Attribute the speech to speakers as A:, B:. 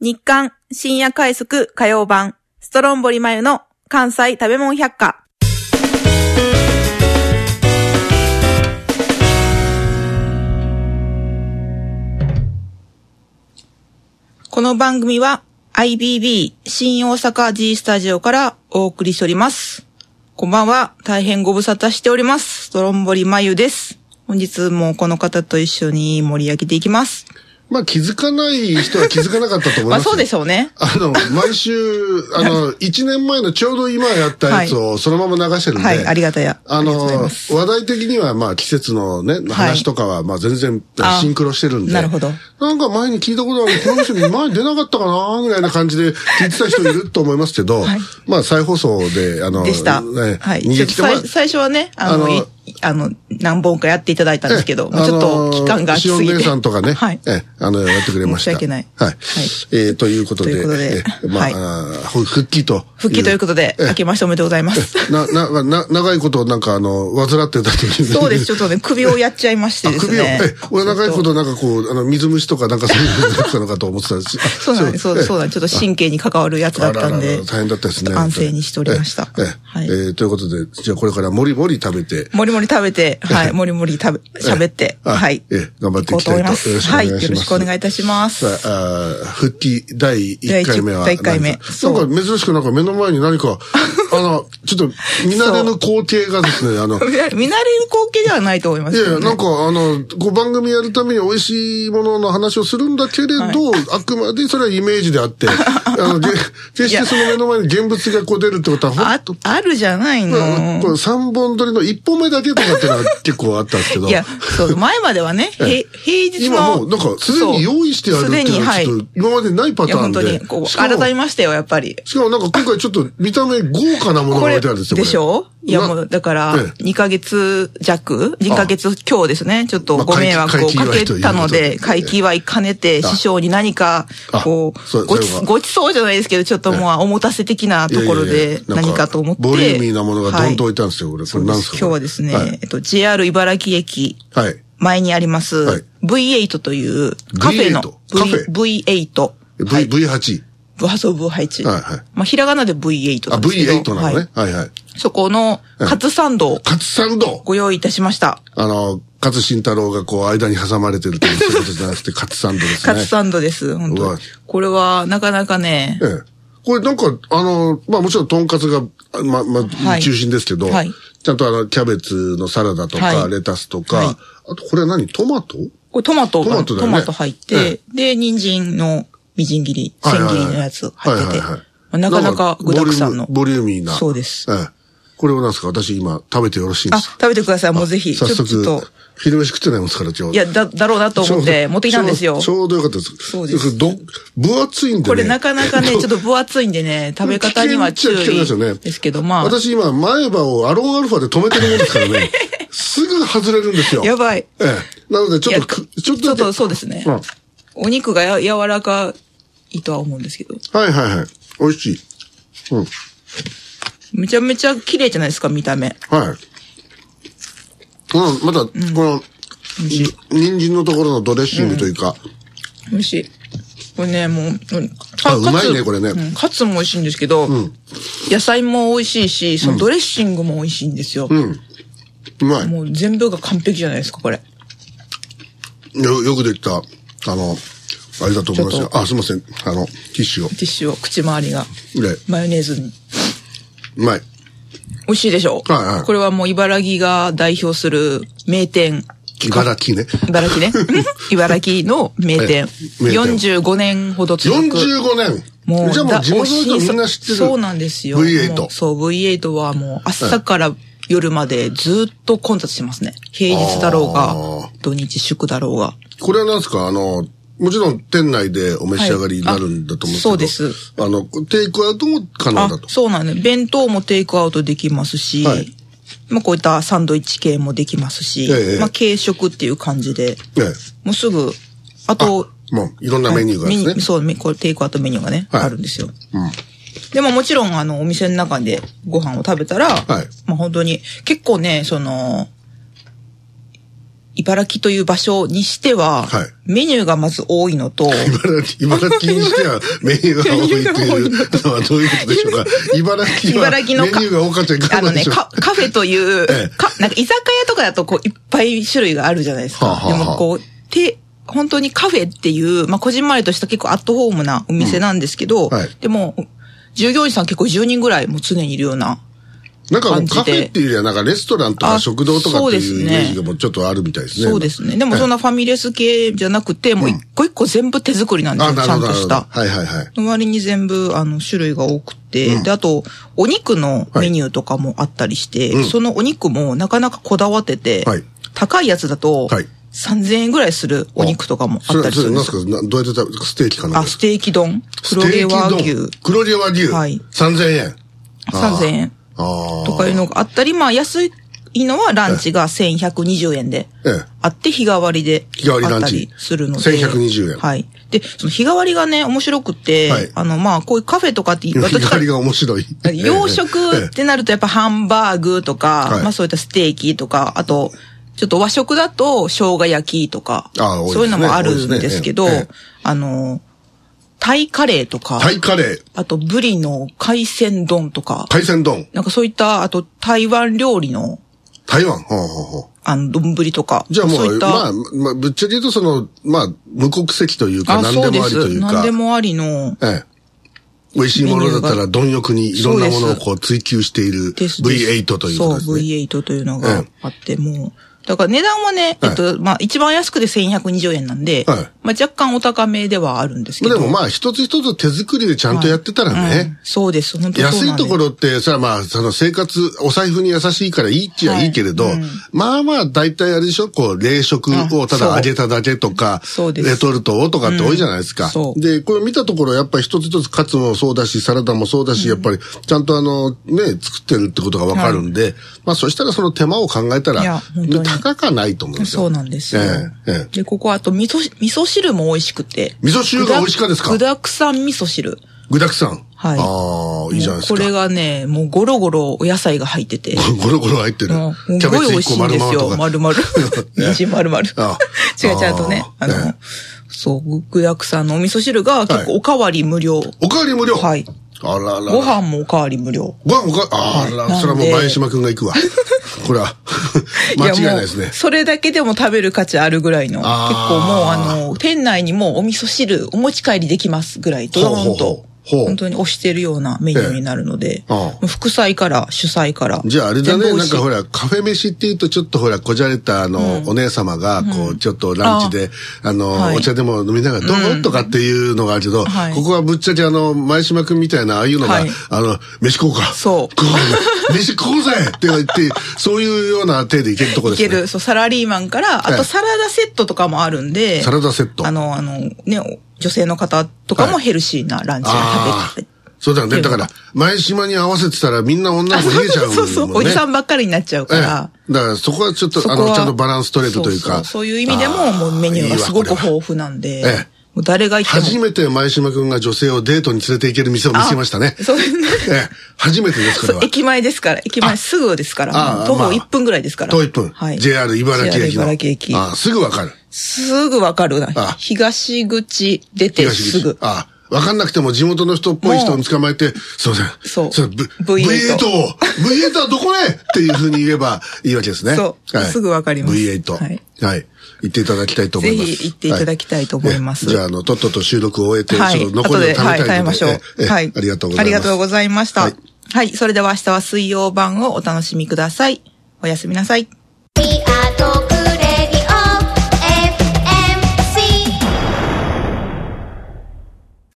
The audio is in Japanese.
A: 日刊深夜快速火曜版ストロンボリマユの関西食べ物百科。この番組は IBB 新大阪 G スタジオからお送りしております。こんばんは。大変ご無沙汰しております。ストロンボリマユです。本日もこの方と一緒に盛り上げていきます。
B: まあ気づかない人は気づかなかったと思い
A: ま
B: ま
A: あ
B: す。
A: そうでしょうね。
B: あの、毎週、 あの、1年前のちょうど今やったやつをそのまま流してるんで、
A: はい、ありがたや。
B: あ
A: りがとうござい
B: の、
A: ま
B: 話
A: す
B: 題的にはまあ季節のね、話とかはまあ全然
A: あ
B: シンクロしてるんで。
A: なるほど。
B: なんか前に聞いたことある、この人前に出なかったかなぐらいな感じで聞いてた人いると思いますけど、
A: はい
B: まあ再放送で、あの、
A: でした。
B: ね、
A: はい。
B: 逃
A: ちょ
B: げ
A: っと
B: 切ってもら
A: 最最初はね、あの、
B: あの
A: いあの、何本かやっていただいたんですけど、
B: ええ
A: ちょっと期間が空きすぎ
B: あの
A: て。
B: ー塩姉さんとかね。
A: はい。
B: ええあの、やってくれました。
A: 申し訳ない
B: はい。えーということで。
A: ということで
B: ええまあ
A: はい
B: あー、ふ復帰と。
A: 復帰ということで、
B: ええ
A: 明けましておめでとうござい ます。
B: な、な、な、長いことなんかあの、患ってたという。
A: そうです。ちょっとね、首をやっちゃいまして
B: あ
A: です
B: 首を、
A: ね
B: え。え、俺長いことなんかこう、あの、水虫とかなんかそういうのになってたのかと思ってたし。
A: そうなんです。そうそうなんです。ちょっと神経に関わるやつだ
B: あ
A: っ
B: らら
A: た
B: ら
A: んで。
B: 大変だったですね。
A: 安静にしておりました
B: ええええ
A: はい
B: ええということで、じゃあこれからもりもり食べて、
A: もりもり食べて、はい。もりもり食べ、喋って、
B: あ
A: はい。
B: ええ頑張って
A: 行こ
B: い
A: う
B: き
A: と
B: た
A: 思い
B: いと。
A: ます。はい。よろしくお願いいたします。
B: さあ、あー復帰第1回目は
A: 第
B: 何
A: 一
B: か。
A: 回目そう
B: なんか珍しくなんか目の前に 何か、あの、ちょっと見慣れぬ光景がですね、あ の、
A: 見慣れる光景ではないと思いま
B: い
A: す
B: や
A: け
B: い
A: ど
B: や、
A: ね。
B: なんか、あの、こう番組やるために美味しいものの話をするんだけれど、あくまでそれはイメージであ って、あの、げ決してその目の前に現物がこう出るってことは、ほん
A: あ、あるじゃないの。
B: これ3本撮りの1本目だけとかってのは結構あったんですけど。
A: いや、そう、前までは ね、へ平日の。
B: 今もう、なんか、すでに用意してあるって
A: そ
B: い
A: すで
B: う
A: に、
B: のは
A: はい。
B: ちょっ
A: い
B: と今までないパタ
A: や、
B: ーン
A: 本当
B: で
A: に、。こう、
B: しかも
A: 改めましたよ、やっぱり。
B: しかもなんか今回ちょっと見た目豪華なものが
A: こ
B: 置い
A: れ、
B: てあるんですよ。
A: でしょういや、
B: な
A: もう、だから
B: え、
A: 2ヶ月弱 ?2 ヶ月強ですね。ちょっと
B: まあ
A: ご迷惑を
B: 会期
A: か
B: 会
A: け
B: 期祝いということで
A: たので、会期祝い兼ねて、
B: あ
A: 師匠に何か、
B: あ
A: こ
B: そう
A: う、ごち
B: そういえば、
A: ごちそうじゃないですけど、ちょっともう、あおもたせ的なところ
B: いやいや
A: で
B: い、やなん
A: 何かと思って。
B: ボリューミーなものがどんと
A: は
B: 置
A: い
B: いてあるんですよ、俺。これ
A: 今
B: 何すか
A: 日はです
B: は
A: ね
B: い、
A: えっと、JR 茨城駅、
B: はい。
A: 前にあります、
B: はい
A: V8 というカフェの
B: V8 カフェ
A: V- V8。は
B: V-
A: い。
B: V8。
A: ブハソブハイチ。
B: はいはい
A: まあ、ひらがなで V8 な
B: あ、
A: んですけど。
B: V8 なの
A: はい
B: ね。。はいはい。
A: そこのカツサンドを
B: カツサンド
A: ご用意いたしました。
B: あの、カツ慎太郎がこう間に挟まれてるということじゃなくて、カツサンドです
A: カ
B: ね。
A: ツサンドです、本
B: う
A: 当
B: わ
A: にこれはなかなかね、
B: ええ。これなんか、あの、まあもちろんトンカツが、あま、ま、
A: はい
B: 中心ですけど、
A: はい
B: ちゃんとあの、キャベツのサラダとか、
A: はい
B: レタスとか、
A: はい
B: あとこれは何トマト
A: これトマトが
B: トマトだよね
A: 入って、で、人参のみじん切り、千
B: はいはいはい
A: 切りのやつ入ってて、
B: はいはいはい
A: まあなかなか具沢山の。
B: ボリュームボリューミーな。
A: そうです
B: ええ。これをなんですか私今食べてよろしいんで
A: あ、
B: すか
A: 食べてください、もうぜひ。ちょ
B: 早
A: っと、ちょっ
B: 速
A: と、
B: 昼飯食ってないもんですから、今日。
A: いや、だ、だろうなと
B: ちょ
A: 思
B: うど、
A: って持ってきたんですよ。
B: ちょうどちょうどよかったです。
A: そうです
B: ど分厚いんでね。
A: これなかな かね、ちょっと分厚いんでね、食べ方には注
B: 危険っちゃ危険
A: 意ですけど、まあ、
B: 私今、前歯をアロンアルファで止めてるもんですか らね。すぐ外れるんですよ。
A: やばい。
B: ええ。なので、ちょっと
A: い
B: く、
A: や
B: ちょっと
A: ちょ
B: だ
A: っ
B: け
A: とそうですね。
B: うん
A: お肉がや柔らかいとは思うんですけど、
B: はいはいはい。美味しい。うん。
A: めちゃめちゃ綺麗じゃないですか、見た目。
B: はい。うん、また、この、人参のところのドレッシングというか、
A: 美味しい。これね、もう、うんか
B: あうまいね
A: カツ
B: これね
A: うんカツも美味しいんですけど、野菜も美味しいし、そのドレッシングも美味しいんですよ。
B: うまい。
A: もう全部が完璧じゃないですか、これ。
B: よ、よくできた、あの、あれだと思います
A: ちょ
B: よ
A: っ。
B: あ、すいません。あの、ティッシュを。
A: ティッシュを、口周りが。
B: で、
A: マヨネーズに。
B: うまい。
A: 美味しいでしょ
B: はいはい
A: これはもう茨城が代表する名店。
B: 茨城ね。
A: 茨 城ね。茨城の名店。
B: 名店
A: 45年ほど続く。
B: 45年。
A: もう、
B: じゃあもう
A: だ
B: 地元の
A: おし
B: 人みんな知ってる。
A: そうなんですよ。も
B: V8
A: う。そう、V8 はもう朝から夜までずっと混雑してますね。平日だろう
B: あ
A: が
B: ー、
A: 土日祝だろうが。
B: これは何ですかあの、もちろん店内でお召し上がりになるんだと思うんけど
A: はいあそうで。
B: あの、テイクアウトも可能
A: あ
B: だと、。
A: そうなんね。弁当もテイクアウトできますし、
B: はい
A: まあこういったサンドイッチ系もできますし、
B: ええ
A: まあ軽食っていう感じで、
B: ええ。
A: もうすぐ、あと、
B: もういろんなメニューがあるん
A: メニ
B: ですね。
A: そう、メこれテイクアウトメニューがね、
B: はい
A: あるんですよ。でももちろん、あの、お店の中でご飯を食べたら、
B: はい
A: まあ本当に、結構ね、その、茨城という場所にしては、
B: はい
A: メニューがまず多いの と、
B: 茨城、茨城にしてはメニューが多いっていうのはどういうことでしょうか。茨城は
A: 茨
B: メニ
A: 城の
B: ュ
A: か
B: ーが多かったらいか
A: あの
B: がで
A: ね、
B: しょう
A: カカフェという、
B: ええ
A: かなんか居酒屋とかだとこういっぱい種類があるじゃないですか。
B: はあはあはあ
A: でもこう、て、本当にカフェっていう、まあ、こじんまりとした結構アットホームなお店なんですけど、
B: うんはい
A: でも、従業員さん結構10人ぐらいもう常にいるような。
B: なんかもう
A: 感じで
B: カフェっていうよりはなんかレストランとか
A: あ
B: 食堂とかってい
A: そう
B: う
A: です
B: イ
A: ね
B: メージがもうちょっとあるみたいですね。
A: そうですね。でもそんなファミレス系じゃなくて、もう一個一個全部手作りなんです
B: あ、
A: よ、
B: な
A: ち
B: る
A: ゃ
B: ほ
A: ん
B: ど。な
A: と
B: る
A: し
B: ほど
A: た。
B: はいはいはい。
A: の割に全部、あの、種類が多くて、で、あと、お肉のメニューとかもあったりして、
B: うん
A: そのお肉もなかなかこだわってて、
B: はい
A: 高いやつだと、
B: はい
A: 3000円ぐらいするお肉とかもあ
B: それ
A: った
B: は、
A: り
B: そ
A: す
B: れ
A: るん
B: な
A: です
B: んすかなどうやって食べステーキかな
A: あ、ステーキ丼、
B: ス
A: 黒
B: テ
A: 毛
B: ーキ
A: 和
B: 丼
A: 牛、
B: 黒毛和牛。
A: はい
B: 3000円。あ
A: 3000
B: ー。
A: 円
B: ああ。
A: と かいうのがあったり、まあ、安いのはランチが1120円で。
B: ええ。
A: あって、日替わりで。
B: 日替わりランチ
A: あったするので。
B: 1120円
A: はい。で、その日替わりがね、面白くて、
B: はい
A: あの、まあ、こういうカフェとかって、
B: 日
A: 私
B: 替
A: か
B: わ
A: ら
B: りが面白い。
A: 洋食
B: え
A: っ
B: え
A: てなるとやっぱハンバーグとか、
B: はい
A: まあそういったステーキとか、あと、ちょっと和食だと生姜焼きとか、
B: あ多いですね
A: そういうのもあるんですけど、
B: 多いですねえ
A: あの、タイカレーとか、
B: タイカレー、
A: あとブリの海鮮丼とか、
B: 海鮮丼、
A: なんかそういった、あと台湾料理の、
B: 台湾。ほうほうほう
A: あの、丼とか、
B: じゃあも、
A: そういうった、
B: まあ、まあ、ぶっちゃけ言うとその、まあ、無国籍というか、何
A: そう
B: で
A: で
B: もありとい
A: す。
B: うか。
A: 何でもありの、
B: ええ。美味しいものだったら、貪欲にいろんなものをこう追求している
A: ですです
B: V8 ということです
A: そう、
B: ね。
A: V8 というの
B: う
A: が
B: ん
A: あって、もう、だから値段はね、
B: はい
A: えっと、まあ、一番安くで1120円なんで、
B: はい
A: まあ、若干お高めではあるんですけど。
B: でもまあ、一つ一つ手作りでちゃんとやってたら
A: うん
B: ね、
A: そうです、本当に
B: 安いところってさ、まあ、その生活、お財布に優しいからいいっちゃいいけれど、まあまあ、大体あれでしょ、こう、冷食をただ揚げただけとか、
A: そうです
B: レトルトをとかって多いじゃないですか。
A: うんそう
B: で、これ見たところ、やっぱ一つ一つカツもそうだし、サラダもそうだし、やっぱり、ちゃんとあの、ね、作ってるってことがわかるんで、まあ、そしたらその手間を考えた
A: い
B: ら
A: や本当、に
B: 高かないと思うんですよ。
A: そうなんですよ。
B: ええええ
A: で、ここはあと、味噌、味噌汁も美味しくて。
B: 味噌汁が美味しかですか
A: 具だくさん味噌汁。
B: 具沢山。
A: はい
B: ああ、いいじゃないです
A: も
B: か。
A: うこれがね、もうゴロゴロお野菜が入って て。
B: ゴロゴロ入ってる。
A: もう
B: キ
A: す
B: ャベ
A: ごい美
B: ツ
A: 味
B: 一
A: し
B: 個
A: いん
B: 丸
A: です
B: 々と
A: よ。
B: か。
A: 丸々。 人参丸々。
B: あ
A: 違う違うとね。
B: あ
A: あの
B: ええ、
A: そう、具だくさんのお味噌汁が結構おかわり無料。
B: おかわり無料。
A: はい。
B: あららら。
A: ご。飯もおかわり無料。
B: ご飯おかあら、
A: はい
B: それはも
A: な
B: うん
A: で
B: 前島くんが行くわ。 これは、 間違いないです
A: やも
B: ね
A: う。それだけでも食べる価値あるぐらいの。結
B: あー
A: 構もうあの、店内にもお味噌汁お持ち帰りできますぐらい、ド
B: ほう
A: ー
B: ほう
A: ン
B: ほ
A: と
B: う。ほう
A: 本当に推してるようなメニューになるので。
B: えああ
A: もう副菜から主菜から。
B: じゃああれだ
A: 全
B: ね、
A: 部美
B: な
A: 味
B: ん
A: しい
B: かほら、カフェ飯って言うとちょっとほら、こじゃれたあの、お姉様が、こう、ちょっとランチで、あの、
A: はい
B: お茶でも飲みながら、どうとかっていうのがあるけど、
A: はい
B: ここはぶっちゃけあの、前島くんみたいな、ああいうのが、
A: はい
B: あの、飯食おうか。
A: そう
B: ご飯飯食おうぜって言って、そういうような手でいけるとこで
A: い
B: すね。
A: ける、そう、サラリーマンから、
B: え
A: あ
B: え
A: とサラダセットとかもあるんで、
B: サラダセット
A: あの、あの、ね、お女性の方とかも
B: はい
A: ヘルシーなランチを
B: あ
A: 食べて。
B: あそうだよね。だから、前島に合わせてたらみんな女の子逃げちゃうもんね。
A: そうそう、おじさんばっかりになっちゃう
B: え
A: か
B: え
A: ら。
B: だからそこはちょっと、
A: そ
B: あ
A: こは
B: の、ちゃんとバランス取れるという
A: そそ
B: か。
A: そういう意味でも、もうメニューがすごく豊富なんで、
B: ええ
A: もう誰が行っても。
B: 初めて前島くんが女性をデートに連れて行ける店を見せましたね。
A: そうですね。
B: ええ、初めてです、これ
A: そう
B: は。
A: 駅前ですから、駅前すぐですから、
B: ああ
A: もう徒
B: ま
A: 歩
B: あ
A: 1分ぐらいですから。
B: 徒歩1分。
A: はい。
B: JR 茨城駅の。
A: JR 茨城駅。
B: ああ、すぐわかる。
A: すぐわかるな
B: あ。
A: 東口出て
B: 東口。
A: すぐ。
B: ああ、わかんなくても地元の人っぽい人を捕まえて、すいません。
A: そう
B: れ V-
A: V8
B: V8 を、V8 はどこねっていうふうに言えばいいわけです ね。
A: そうすぐわかります
B: V8。は
A: はいい。
B: 行っていただきたいと思います。
A: ぜひ行っていただきたいと思います
B: はねじゃあ、あの、とっとと収録を終えて、
A: はい。
B: その残りを食べたい
A: 後で、はい、
B: の
A: 食べましょ
B: えええ
A: う。
B: え
A: はい。
B: ありがとうございます。
A: ありがとうございました。
B: は
A: はいい。それでは明日は水曜版をお楽しみください。おやすみなさい。